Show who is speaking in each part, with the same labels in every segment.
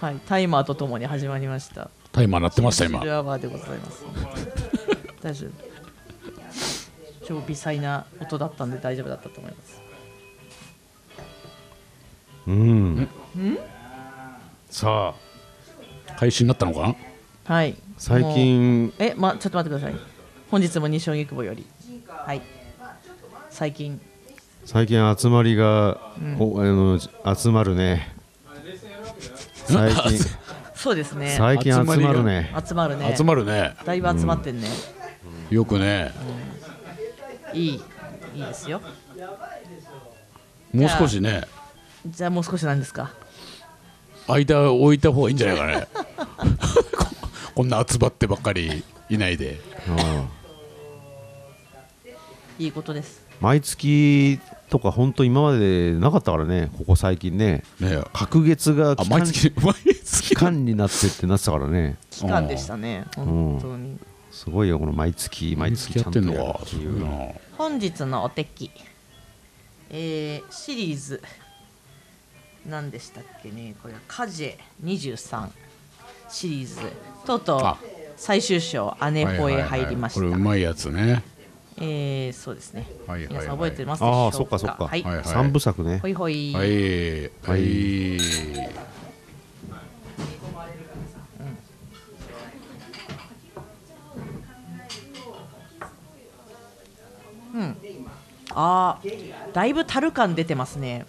Speaker 1: はい、タイマーとともに始まりました。
Speaker 2: タイマー鳴ってました
Speaker 1: シ
Speaker 2: 今
Speaker 1: ルアワーでございます。大丈夫。超微細な音だったんで大丈夫だったと思います。
Speaker 3: うん。さあ、
Speaker 2: 配信になったのかな
Speaker 1: はい。
Speaker 3: 最近
Speaker 1: もう。え、まちょっと待ってください。本日も西尾久保より。はい。最近。
Speaker 3: 最近集まりが、おあの集まるね。最近
Speaker 1: そうですね。
Speaker 3: 最近集まるね。
Speaker 1: 集まるね。
Speaker 2: 集まるね
Speaker 1: だいぶ集まってんね。
Speaker 2: よくね
Speaker 1: いい。いいですよ。
Speaker 2: もう少しね
Speaker 1: じゃあもう少しなんですか。
Speaker 2: 間を置いた方がいいんじゃないか ねここんな集まってばっかりいないで
Speaker 3: うん
Speaker 1: いいことです。
Speaker 3: 毎月とか本当今までなかったからね。ここ最近ね。
Speaker 2: ね
Speaker 3: 隔月が
Speaker 2: あ
Speaker 3: 期間
Speaker 2: 毎月毎月
Speaker 3: 期間になってってなってたからね。
Speaker 1: 期間でしたね。本当に。
Speaker 3: すごいよこの毎月毎
Speaker 2: 毎月
Speaker 3: 月ち
Speaker 2: や
Speaker 3: ゃん
Speaker 2: っ
Speaker 3: と
Speaker 2: て
Speaker 3: や
Speaker 2: ん
Speaker 3: る
Speaker 2: のか
Speaker 3: って
Speaker 2: す
Speaker 3: い。
Speaker 2: ごいうな
Speaker 1: 本日のお手記、えーシリーズ何でしたっけねこれは「カジェ23」シリーズとうとう
Speaker 2: あ
Speaker 1: 最終章「姉
Speaker 2: は
Speaker 1: ホ
Speaker 2: い
Speaker 1: へ
Speaker 2: はいはい
Speaker 1: 入りました、
Speaker 2: これうまいやつね
Speaker 1: えーそうですね、
Speaker 2: はいはいはい
Speaker 1: 皆さん覚えてますでしょうか
Speaker 3: ああ、そっかそっか。
Speaker 1: はい、
Speaker 2: はいはい
Speaker 3: 三部作ね
Speaker 1: ほ。いほい、
Speaker 2: はいはい
Speaker 1: ああだいぶ樽感出てますね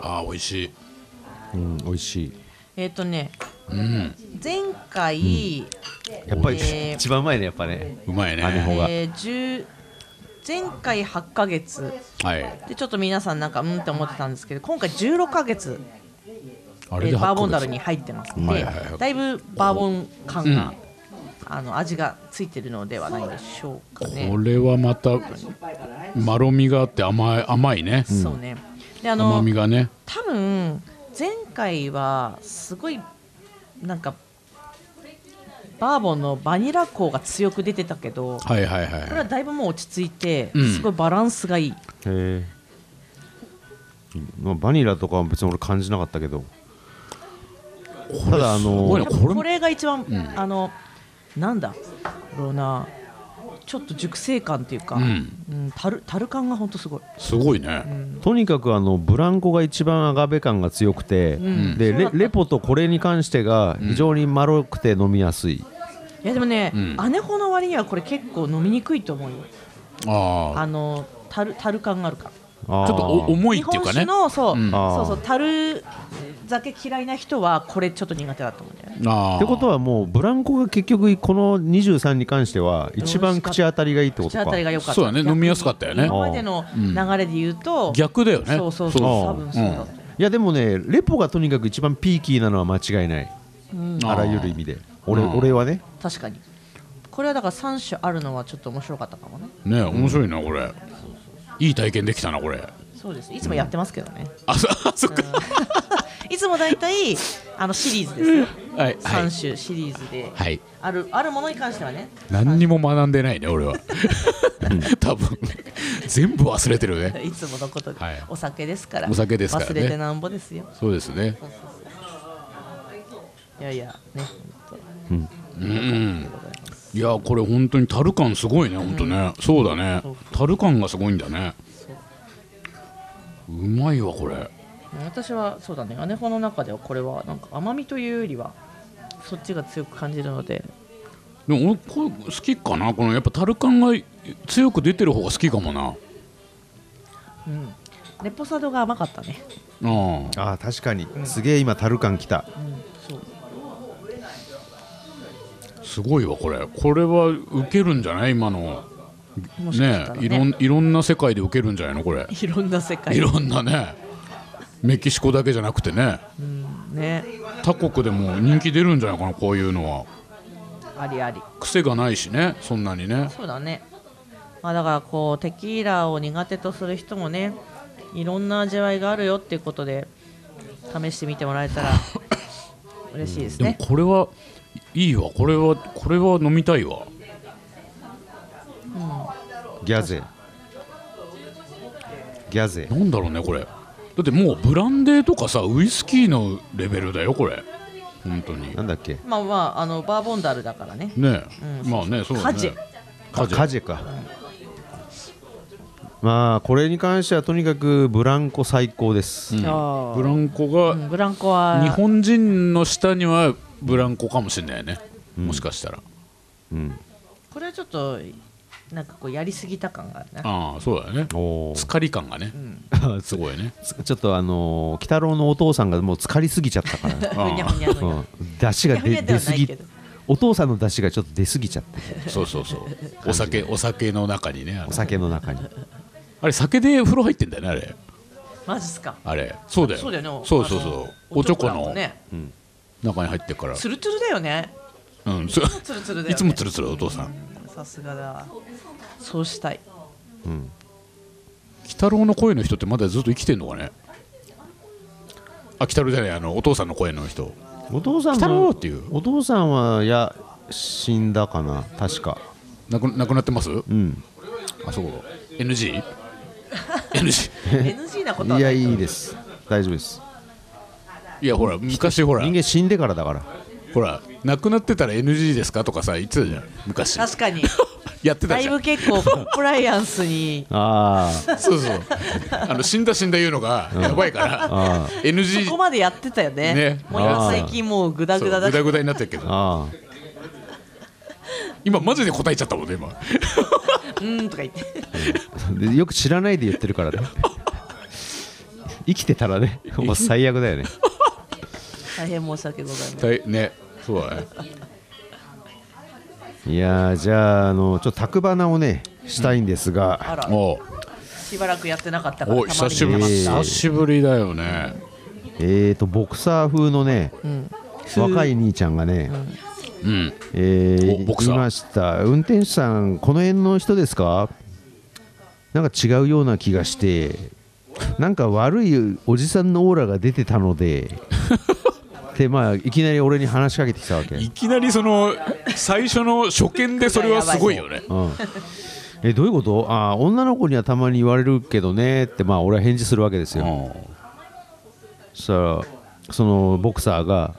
Speaker 2: あー美味しい
Speaker 3: うん、美味しい。
Speaker 1: えっ、とね
Speaker 2: うん
Speaker 1: 前回、
Speaker 3: やっぱり
Speaker 1: えー
Speaker 3: 一番前ねやっぱね。
Speaker 2: うまいね
Speaker 3: 姉子が
Speaker 1: えー10前回8ヶ月
Speaker 2: はい
Speaker 1: でちょっと皆さんなんかうんって思ってたんですけど今回16ヶ月
Speaker 2: あ
Speaker 1: えーバーボンダ
Speaker 2: ル
Speaker 1: ルに入ってます
Speaker 2: は
Speaker 1: の
Speaker 2: い
Speaker 1: で
Speaker 2: はいはい
Speaker 1: だいぶバーボン感が、あの味がついてるのではないでしょうかね
Speaker 2: こ。れはまたまろみがあって甘い甘いね
Speaker 1: そうねであ
Speaker 2: 甘
Speaker 1: の
Speaker 2: みがね
Speaker 1: 多分前回はすごいなんかバーボンのバニラ香が強く出てたけどこ
Speaker 2: はいはいはい
Speaker 1: れはだいぶもう落ち着いて
Speaker 2: うん
Speaker 1: すごいバランスがいい。
Speaker 3: へえ。まあバニラとかは別に俺感じなかったけど。ただあ
Speaker 2: すごい
Speaker 3: の
Speaker 2: ねこれ
Speaker 1: これが一番、あのなんだろうなちょっと熟成感というか、
Speaker 2: うん
Speaker 1: うん、樽樽感がほんとすごい
Speaker 2: すごいね
Speaker 3: とにかくあのブランコが一番アガベ感が強くて、
Speaker 1: ん
Speaker 3: で
Speaker 1: そうだ
Speaker 3: レ
Speaker 1: った
Speaker 3: レポとこれに関してが非常にまろくて飲みやすい。
Speaker 1: いやでもね、
Speaker 2: ん
Speaker 1: 姉穂の割にはこれ結構飲みにくいと思うよ
Speaker 2: あ
Speaker 1: あの樽樽感があるから
Speaker 3: あ
Speaker 2: あ
Speaker 3: あ
Speaker 2: ちょっとお重い
Speaker 1: 日
Speaker 2: っていう
Speaker 1: 本
Speaker 2: か
Speaker 1: 酒
Speaker 2: ね
Speaker 1: のそう,、
Speaker 2: うん
Speaker 3: あー
Speaker 1: そうそう樽酒嫌いな人はこれちょっと苦手だと思うんだよね
Speaker 2: ああ
Speaker 3: ってことはもうブランコが結局この23に関しては一番口当たりがいいってこと
Speaker 1: 口
Speaker 3: か
Speaker 1: 当たりが良かった
Speaker 2: そうだね飲みやすかったよね
Speaker 1: 今までの流れで言うと、
Speaker 2: 逆だよね
Speaker 1: そうそうそう
Speaker 3: そう
Speaker 1: 多分そうだと思う
Speaker 3: いやでもねレポがとにかく一番ピーキーなのは間違いない
Speaker 2: ー
Speaker 3: あらゆる意味で俺
Speaker 2: うん
Speaker 3: 俺はね
Speaker 1: 確かにこれはだから3種あるのはちょっと面白かったかもね
Speaker 2: ね面白いなこれいい体験できたなこれ
Speaker 1: そうですいつもやってますけどね、
Speaker 2: あそあそっか
Speaker 1: いつも大体あのシリーズですよ
Speaker 2: は
Speaker 1: 3
Speaker 2: いはい
Speaker 1: 種シリーズで、
Speaker 2: はい
Speaker 1: あるあるものに関してはね
Speaker 2: 何にも学んでないね俺は 多分全部忘れてるね
Speaker 1: いつものことで、
Speaker 2: はい
Speaker 1: お酒ですから
Speaker 2: お酒ですからね
Speaker 1: 忘れてなんぼですよ
Speaker 2: そうですね
Speaker 1: いやいやね本
Speaker 2: うん
Speaker 1: 当でございます
Speaker 2: いやこれ本当に樽感すごいね本当ねそうだね
Speaker 1: そう
Speaker 2: 樽感がすごいんだねうまいわこれ
Speaker 1: 私はそうだね姉子の中ではこれはなんか甘みというよりはそっちが強く感じるので
Speaker 2: でも俺これ好きかなこのやっぱ樽感が強く出てる方が好きかもな
Speaker 1: うんレポサドが甘かったね
Speaker 2: あ
Speaker 3: ああ確かにすげえ今樽感きた
Speaker 1: うんそう
Speaker 2: あすごいわこれこれはウケるんじゃない今の
Speaker 1: もしかし
Speaker 2: ね
Speaker 1: たらね
Speaker 2: いろんいろんな世界でウケるんじゃないのこれ
Speaker 1: いろんな世
Speaker 2: い
Speaker 1: 界
Speaker 2: ろんなねメキシコだけじゃなくてね
Speaker 1: ね
Speaker 2: 他国でも人気出るんじゃないかなこういうのは
Speaker 1: ありあり
Speaker 2: 癖がないしねそんなにね
Speaker 1: そうだね、まあ、だからこうテキーラを苦手とする人もねいろんな味わいがあるよっていうことで試してみてもらえ たら嬉しいです
Speaker 2: でも
Speaker 1: ね、
Speaker 2: これはいいわこれはこれは飲みたいわ
Speaker 3: ギャゼギャゼ
Speaker 2: なんだろうねこれだってもうブランデーとかさウイスキーのレベルだよこれ本当に
Speaker 3: なんだっけ
Speaker 1: まあまああのバーボンダルだからね
Speaker 2: ねえ、
Speaker 1: うん
Speaker 2: まあねそうだ
Speaker 1: カジ
Speaker 2: ね
Speaker 1: ェ
Speaker 2: カジェ
Speaker 3: カジェかまあこれに関してはとにかくブランコ最高です、
Speaker 2: うん
Speaker 1: あー
Speaker 2: ブランコ
Speaker 1: う
Speaker 2: が
Speaker 1: んブランコは
Speaker 2: 日本人の下にはブランコかもしれないね、
Speaker 3: うん
Speaker 2: もしかしたら
Speaker 3: うん
Speaker 1: これはちょっとなんかこうやりすぎた感があるな
Speaker 2: ああそうだよね
Speaker 3: おー
Speaker 2: 疲れ感がねすごいね
Speaker 3: ちょっとあのー鬼太郎のお父さんがもう疲れすぎちゃったから、
Speaker 2: あー
Speaker 1: ふにゃふにゃふにゃ
Speaker 3: うん、出汁が
Speaker 1: い
Speaker 3: 出
Speaker 1: やいやで
Speaker 3: 出
Speaker 1: は
Speaker 3: す
Speaker 1: ない
Speaker 3: ぎ
Speaker 1: けど
Speaker 3: お父さんの出汁がちょっと出すぎちゃって
Speaker 2: そうそうそうお酒お酒の中にねあの
Speaker 3: お酒の中に
Speaker 2: あれ酒で風呂入ってんだよねあれ
Speaker 1: マジっすか
Speaker 2: あれそうだよ
Speaker 1: そうだよね
Speaker 2: そうそう
Speaker 1: あの
Speaker 2: そうおちょこ
Speaker 1: おちょこ
Speaker 2: の
Speaker 1: ね
Speaker 2: 中に入ってっから
Speaker 1: ツルツルだよね
Speaker 2: うんそう
Speaker 1: ツルツルだよ、ね、
Speaker 2: いつもツルツルお父さん
Speaker 1: うんさすがだわそうした い
Speaker 3: うん
Speaker 2: 鬼太郎の声の人ってまだずっと生きてんのかねあ鬼太郎じゃないあのお父さんの声の人
Speaker 3: お父さん
Speaker 2: 鬼太郎
Speaker 3: は
Speaker 2: っていう
Speaker 3: お父さんはいや死んだかな確か
Speaker 2: なくなくなってます
Speaker 3: うん
Speaker 2: あそう NG?NG
Speaker 1: NG なことはい
Speaker 3: や
Speaker 1: ない
Speaker 3: いいです大丈夫です
Speaker 2: いやほら昔ほら
Speaker 3: 人間死んでからだから
Speaker 2: ほら亡くなってたら NG ですかとかさ言ってたじゃん昔
Speaker 1: 確 かに
Speaker 2: やって
Speaker 1: だ
Speaker 2: た
Speaker 1: い
Speaker 2: じゃ
Speaker 1: ぶ
Speaker 2: ん
Speaker 1: 結構コンプライアンス に
Speaker 3: ああ
Speaker 2: そうそうあの死んだ死んだ言うのがやばいから、
Speaker 3: あ
Speaker 2: NG
Speaker 1: そこまでやってたよね
Speaker 2: ね
Speaker 1: もう今
Speaker 3: あー
Speaker 1: 最近もうグダ
Speaker 2: そう
Speaker 1: グダ
Speaker 2: グ
Speaker 1: だし
Speaker 2: ダグダになってるけど
Speaker 3: あ
Speaker 2: 今マジで答えちゃったもんね 今
Speaker 1: うーんとか言って
Speaker 3: あでよく知らないで言ってるからね生きてたらねもう最悪だよね
Speaker 1: 大変申し訳ござ いません
Speaker 2: 大ねそうだね
Speaker 3: いやーじゃああのちょっと卓花をねしたいんです
Speaker 1: あ
Speaker 3: が、
Speaker 1: ら
Speaker 2: おう
Speaker 1: しばらくやってなかったから
Speaker 2: お
Speaker 1: た
Speaker 2: い
Speaker 1: ま
Speaker 2: 久しぶ
Speaker 1: に
Speaker 2: り
Speaker 1: やりま
Speaker 2: 久
Speaker 1: し
Speaker 2: しぶりだよね
Speaker 3: えーとボクサー風のね、若い兄ちゃんがね、
Speaker 2: うん
Speaker 3: え
Speaker 2: お
Speaker 3: ー、
Speaker 2: ボクサー
Speaker 3: いました運転手さんこの辺の人ですかなんか違うような気がしてなんか悪いおじさんのオーラが出てたの ででまあいきなり俺に話しかけてきたわけ、う
Speaker 2: いきなりその最初の初見でそれはすごいよね
Speaker 3: ん、えどういうことあー女の子にはたまに言われるけどねってまあ俺は返事するわけですよ、そしたらそのボクサーが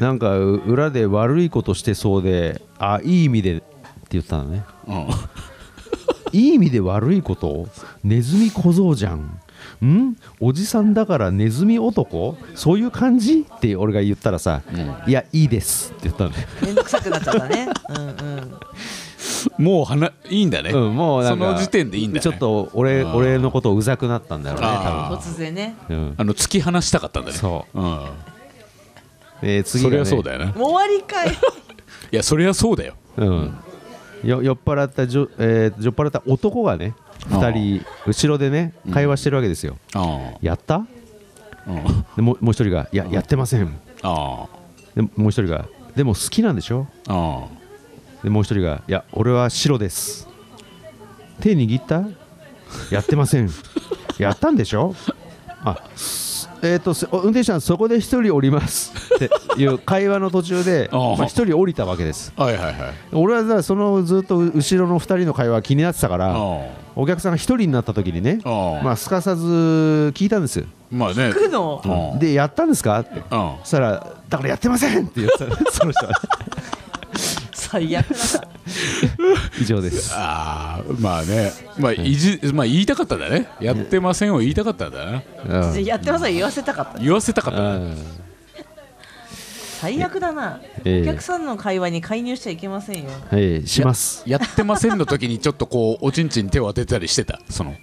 Speaker 3: なんかう裏で悪いことしてそうであいい意味でって言ったのね
Speaker 2: うんうん
Speaker 3: いい意味で悪いことネズミ小僧じゃんんおじさんだからネズミ男そういう感じって俺が言ったらさ、いやいいですって言ったのね、
Speaker 1: ためんどくさくなっちゃった ねうんうん
Speaker 2: もう話いいんだね、
Speaker 3: うん、もうなんか
Speaker 2: その時点でいいんだね
Speaker 3: ちょっと俺
Speaker 2: うん
Speaker 3: 俺のことうざくなったんだろうね
Speaker 2: あー
Speaker 1: 突然ね
Speaker 3: 多分、うん
Speaker 2: あの突き放したかったんだね、
Speaker 3: そう
Speaker 2: ん、
Speaker 3: えー次
Speaker 2: そ
Speaker 3: が、ね、
Speaker 2: りゃそうだよな
Speaker 1: もう終わりかい
Speaker 2: いやそりゃそうだよ
Speaker 3: うん、よ酔っ払ったじょ、えー酔っ払った男がね2人後ろでね会話してるわけですよ、
Speaker 2: あ
Speaker 3: やった
Speaker 2: あうん
Speaker 3: でもうもう一人が「いややってません
Speaker 2: あ」
Speaker 3: でもう一人が「でも好きなんでしょ?
Speaker 2: ああ」
Speaker 3: でもう一人が「いや俺は白です」「手握った?」「やってません」「やったんでしょ?」あすえー、とすお運転手さんそこで一人降りますっていう会話の途中で
Speaker 2: あー
Speaker 3: まあ、一人降りたわけです
Speaker 2: あはいはいはい
Speaker 3: 俺はだからそのずっと後ろの2人の会話気になってたから
Speaker 2: あ
Speaker 3: お客さんが1人になった時にね
Speaker 2: あああ
Speaker 3: まあすかさず聞いたんですよ
Speaker 2: まあ
Speaker 1: 行
Speaker 2: ね
Speaker 1: くの
Speaker 2: うん
Speaker 3: でやったんですかって
Speaker 2: うん
Speaker 3: そしたらだからやってませんっ て言ったその人は
Speaker 1: 最悪だな
Speaker 3: 以上です
Speaker 2: ああまあね、まあいじまあ、言いたかったんだねやってませんを言いたかったんだな
Speaker 3: うん
Speaker 1: やってません言わせたかった
Speaker 2: 言わせたかったな
Speaker 1: 最悪だな
Speaker 3: ええ
Speaker 1: お客さんの会話に介入しちゃいけませんよ
Speaker 3: ええします
Speaker 2: やってませんの時にちょっとこうおちんちん手を当てたりしてたその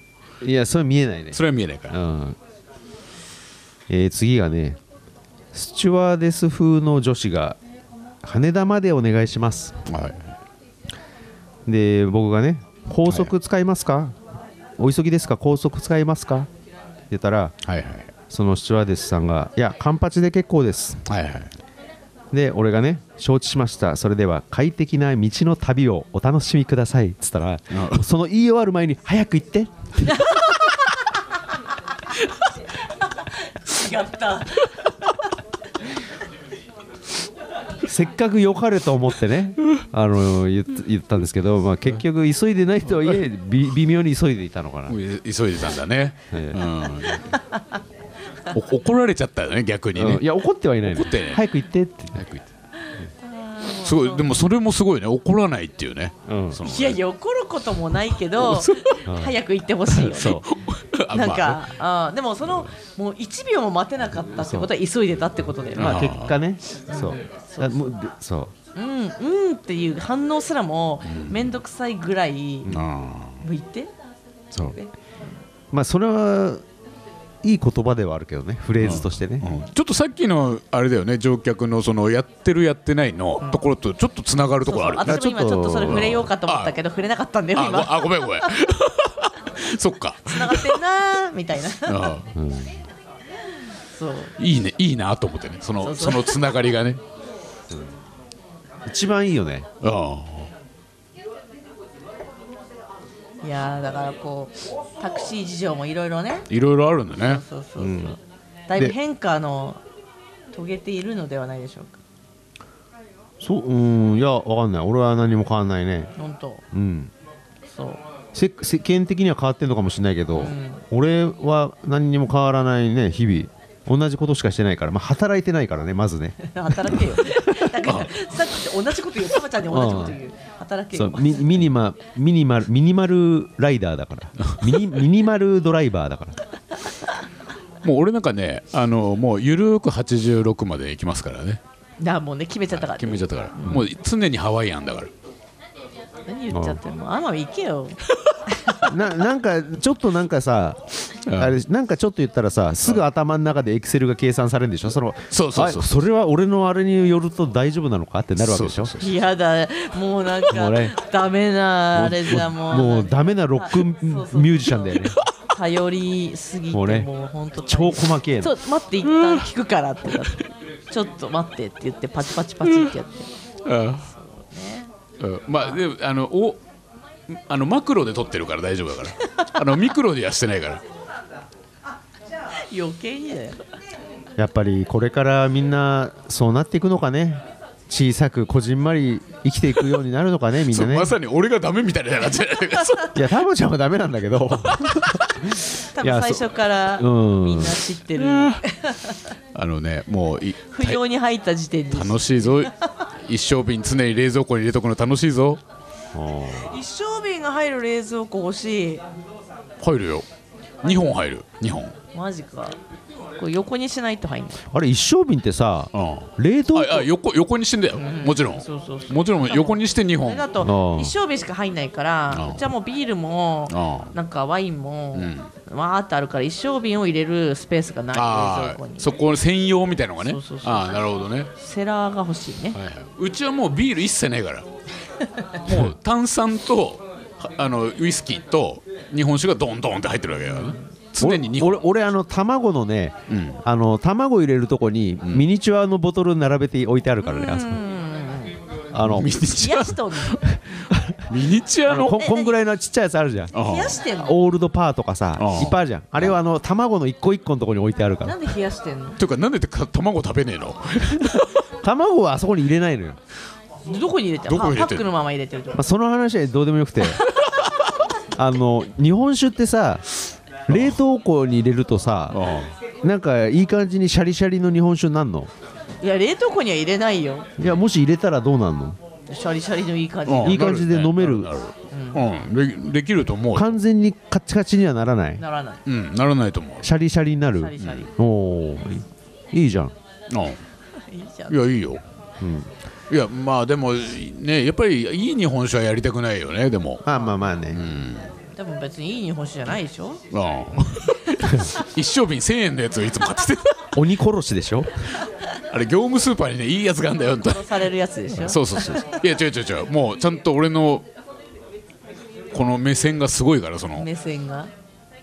Speaker 3: いやそれ見えないね
Speaker 2: それは見えないか
Speaker 3: う
Speaker 2: ら
Speaker 3: んえー次がねスチュワーデス風の女子が羽田までお願いします
Speaker 2: はい
Speaker 3: で僕がね高速使いますか、お急ぎですか高速使いますかって言ったら
Speaker 2: はいはい
Speaker 3: そのスチュワーデスさんが「いやカンパチで結構です
Speaker 2: はいはい」
Speaker 3: で俺がね「承知しましたそれでは快適な道の旅をお楽しみください」っつったら
Speaker 2: うん
Speaker 3: その言い終わる前に「早く行って」
Speaker 1: 違った
Speaker 3: せっかく良かれと思っ てねあの言っ言ったんですけど、まあ、結局急いでないとはいえび微妙に急いでいたのかな
Speaker 2: もうい急いでたんだね、うんお怒られちゃったよね逆にね、
Speaker 3: うんいや怒ってはいないの
Speaker 2: 怒ってない
Speaker 3: 早く行ってって、
Speaker 2: 早く言ってすごいでもそれもすごいね怒らないっていうね
Speaker 3: うん
Speaker 2: そのね
Speaker 1: いやいや怒ることもないけ ど早く行ってほしいよね
Speaker 3: そう
Speaker 2: あ
Speaker 1: なん
Speaker 2: まあ
Speaker 1: か、あーでもそのもう1秒も待てなかったってことは急いでたってことで、
Speaker 3: ま
Speaker 1: ま
Speaker 3: あ
Speaker 1: あ、
Speaker 3: 結果ねそうだもうでそ
Speaker 1: うんうんっていう反応すらも面倒くさいぐらい
Speaker 2: あ
Speaker 1: 向いて、
Speaker 3: うそう
Speaker 1: え
Speaker 3: まあそれはいい言葉ではあるけどねフレーズとしてね、
Speaker 2: ーうんちょっとさっきのあれだよね乗客のそのやってるやってないのところとちょっとつながると
Speaker 1: そう
Speaker 2: ころ
Speaker 1: そ
Speaker 2: あ
Speaker 1: う
Speaker 2: るよね
Speaker 1: 私も今ちょっとそれ触れようかと思ったけど触れなかったんだよ
Speaker 2: あ
Speaker 1: 今
Speaker 2: ごあごめんごめん そっか
Speaker 1: 繋がってんなーみたいな
Speaker 2: あ
Speaker 1: そう
Speaker 2: いいねいいなと思ってねその
Speaker 1: そうそう
Speaker 2: そのつながりがね
Speaker 3: 一番いいよね
Speaker 2: あ
Speaker 1: いやーだからこうタクシー事情もいろいろね
Speaker 2: いろいろあるんだね
Speaker 1: そうそうそう、だいぶ
Speaker 3: で
Speaker 1: 変化の遂げているのではないでしょうか
Speaker 3: そううんいやわかんない俺は何も変わんないね
Speaker 1: 本当
Speaker 3: うん
Speaker 1: そう
Speaker 3: せ世間的には変わってんのかもしれないけど、俺は何にも変わらないね日々同じことしかしてないから、まあ、働いてないからねまず ね
Speaker 1: 働けよ。だからさっきと同じこと言う、タマちゃんに同じこと言う。働け
Speaker 3: そ
Speaker 1: よ。
Speaker 3: うミミニマミニマルミニマルライダーだからミニミニマルドライバーだから
Speaker 2: もう俺なんかねあのもうゆるーく86まで行きますからね
Speaker 1: なあもうね決めちゃったから。
Speaker 2: 決めちゃったから、もう常にハワイアンだから
Speaker 1: 何言っちゃってんの。あま行けよ。
Speaker 3: ななんかちょっとなんかさあれなんかちょっと言ったらさすぐ頭の中でエクセルが計算されるんでしょその
Speaker 2: そうそうそう
Speaker 3: あれは俺のあれによると大丈夫なのかってなるわけでしょ
Speaker 2: そう
Speaker 1: いやだ。もうなん
Speaker 3: もうね
Speaker 1: かダメなあれじゃもう。
Speaker 3: もうダメなロックミ
Speaker 1: そうそう
Speaker 3: ュージシャンだよね
Speaker 1: 頼りすぎて
Speaker 3: もうね
Speaker 1: もう本当。
Speaker 3: 超細けえ
Speaker 1: ちょ
Speaker 3: の
Speaker 1: っと待って一旦聞くからってなって。ちょっと待ってって言ってパチパチパチってやって。
Speaker 2: うんうんまあでもあのおあのマクロで撮ってるから大丈夫だか らあのミクロではしてないから
Speaker 1: 余計にだよ。
Speaker 3: やっぱりこれからみんなそうなっていくのかね小さくこじんまり生きていくようになるのかねみん
Speaker 2: そ
Speaker 3: な
Speaker 2: う
Speaker 3: ね
Speaker 2: まさに俺がダメみたいな 感じ
Speaker 3: いやタモちゃんはダメなんだ けど
Speaker 1: 多
Speaker 3: いや
Speaker 1: 分最初から
Speaker 3: うん
Speaker 1: みんな知ってる。
Speaker 2: あのねもうい
Speaker 1: 不要に入った時点で。
Speaker 2: 楽しいぞ一生瓶常に冷蔵庫に入れとくの楽しいぞ
Speaker 1: 一生瓶が入る冷蔵庫欲しい
Speaker 2: 入るよ2本入る2本
Speaker 1: マジかこれ横にしないと入んない
Speaker 3: あれ一升瓶ってさ
Speaker 2: う
Speaker 3: 冷凍
Speaker 2: んああ横横にしてんだよ、もちろん
Speaker 1: そうそうそう
Speaker 2: もちろん横にして2
Speaker 1: そ
Speaker 2: 本
Speaker 1: れだ
Speaker 3: あ
Speaker 1: と
Speaker 3: あ
Speaker 1: 一生瓶しか入んないか
Speaker 2: あ
Speaker 1: ら
Speaker 2: あ
Speaker 1: うちはもうビールも
Speaker 2: ああ
Speaker 1: なんかワインも
Speaker 2: ん
Speaker 1: わーってあるから一生瓶を入れるスペースがない冷
Speaker 2: あ
Speaker 1: 蔵庫
Speaker 2: あ
Speaker 1: に
Speaker 2: そこ専用みたいなのがね
Speaker 1: そうそうそう
Speaker 2: ああなるほどね、
Speaker 1: セラーが欲しいね
Speaker 2: はいはいうちはもうビール一切ないからもう炭酸とはあのウイスキーと日本酒がドンドンって入ってるわけだからね常に日本
Speaker 3: 俺俺俺あの卵のね、
Speaker 2: ん
Speaker 3: あの卵入れるとこにミニチュアのボトル並べて置いてあるからね、あそこあの
Speaker 2: ミニチ
Speaker 1: 冷
Speaker 2: ュ
Speaker 1: や
Speaker 2: ア
Speaker 1: しと んの
Speaker 2: ミニチュア
Speaker 3: あの
Speaker 2: の
Speaker 3: こんこんぐらいのちっちゃいやつあるじゃん
Speaker 2: あ
Speaker 1: 冷やしてんの
Speaker 3: オールドパーとかさ
Speaker 2: ああ
Speaker 3: いっぱいあるじゃんあれはあの卵の一個一個のとこに置いてあるか
Speaker 1: な
Speaker 3: ら
Speaker 1: んで冷やしてんの
Speaker 2: ていうかなんでてか卵食べねえの
Speaker 3: 卵はあそこに入れないのよ、
Speaker 1: どこに入れてる
Speaker 2: どこに入れ
Speaker 1: パ
Speaker 2: て
Speaker 1: ッ
Speaker 2: る
Speaker 1: クのまま入れてるってこ
Speaker 3: まあ、その話はどうでもよく てあの日本酒ってさ冷凍庫に入れるとさ
Speaker 2: あ
Speaker 3: なんかいい感じにシャリシャリの日本酒になんの
Speaker 1: といや冷凍庫には入れないよ
Speaker 3: いやもし入れたらどうなんの
Speaker 1: シャリシャリのいい感じ
Speaker 2: あ
Speaker 3: いい感じで飲める
Speaker 2: ななうんでできると思うよ
Speaker 3: 完全にカチカチにはならない
Speaker 1: ならない
Speaker 2: うんならないと思う
Speaker 3: シャリシャリになる
Speaker 1: シャリシャリ
Speaker 3: おおいいじゃん
Speaker 2: う
Speaker 1: いいじゃん
Speaker 2: んいやいいよいやまあでもねやっぱりいい日本酒はやりたくないよねでも
Speaker 3: まあまあまあね、
Speaker 1: でも別にいい日本酒じゃないでしょ
Speaker 2: うん 一升瓶1000円のやつをいつも買 ってて
Speaker 3: 鬼殺しでしょ
Speaker 2: あれ業務スーパーにねいいやつがあんだよって
Speaker 1: 殺されるやつでしょ
Speaker 2: そうそうそうそういや違う違う違うもうちゃんと俺のこの目線がすごいからその
Speaker 1: 目線が、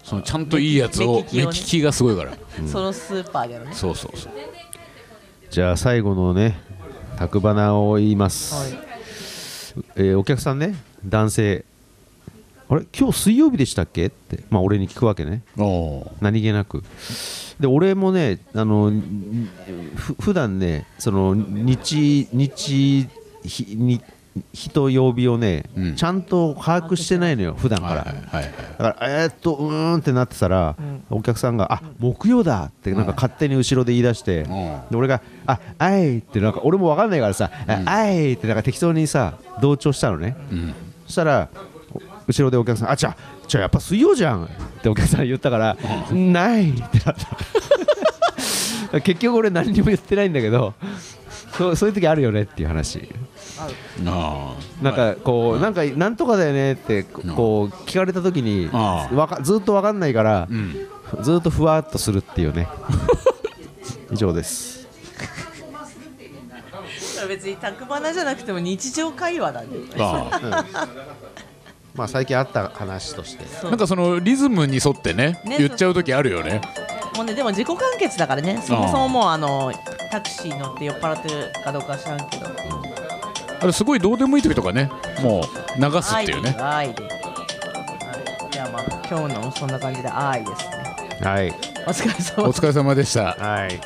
Speaker 2: そのちゃんといいやつを
Speaker 1: 目利き
Speaker 2: 目
Speaker 1: をね
Speaker 2: 利きがすごいから
Speaker 1: そのスーパーでのね
Speaker 2: そうそうそう
Speaker 3: じゃあ最後のね卓花を言います、
Speaker 1: はい
Speaker 3: えーお客さんね男性あれ今日水曜日でしたっけってまあ俺に聞くわけね
Speaker 2: おー
Speaker 3: 何気なくで俺もねあのんふ普段ねその日日日日人曜日をね、
Speaker 2: うん
Speaker 3: ちゃんと把握してないのよ普段から、
Speaker 2: はいはいはい
Speaker 3: だからえーっとうーんってなってたら、
Speaker 1: ん
Speaker 3: お客さんが「あ木曜だ」ってなんか勝手に後ろで言い出して、
Speaker 2: ん
Speaker 3: で俺が「ああい」ってなんか俺も分かんないからさ「ああい」ってなんか適当にさ同調したのね、
Speaker 2: ん
Speaker 3: そしたらお後ろでお客さん「あちゃちゃやっぱ水曜じゃん」ってお客さん言ったから「ない」ってなった 結局俺何にも言ってないんだけどそうそういう時あるよねっていう話
Speaker 2: あー
Speaker 3: なんかこうなんかなんとかだよねって
Speaker 2: うん
Speaker 3: こう聞かれた時に
Speaker 2: ああ
Speaker 3: わかずっと分かんないから
Speaker 2: うん
Speaker 3: ずっとふわっとするってい うね以上です
Speaker 1: 別に宅花じゃなくても日常会話だね
Speaker 2: あー
Speaker 3: まあ最近あった話として
Speaker 1: そう
Speaker 2: なんかそのリズムに沿ってね
Speaker 1: ね
Speaker 2: 言っちゃう時あるよね
Speaker 1: もうねでも自己完結だからねそもそももうあのタクシー乗って酔っ払ってるかどうかは知らんけど
Speaker 2: あれすごいどうでもいい時とかねもう流すっ
Speaker 1: 愛
Speaker 2: て
Speaker 1: で
Speaker 2: いうね
Speaker 1: 愛ではいじゃあまあ今日のそんな感じで愛ですね
Speaker 3: はい
Speaker 1: お疲れ様
Speaker 2: お疲れ様でした
Speaker 3: はい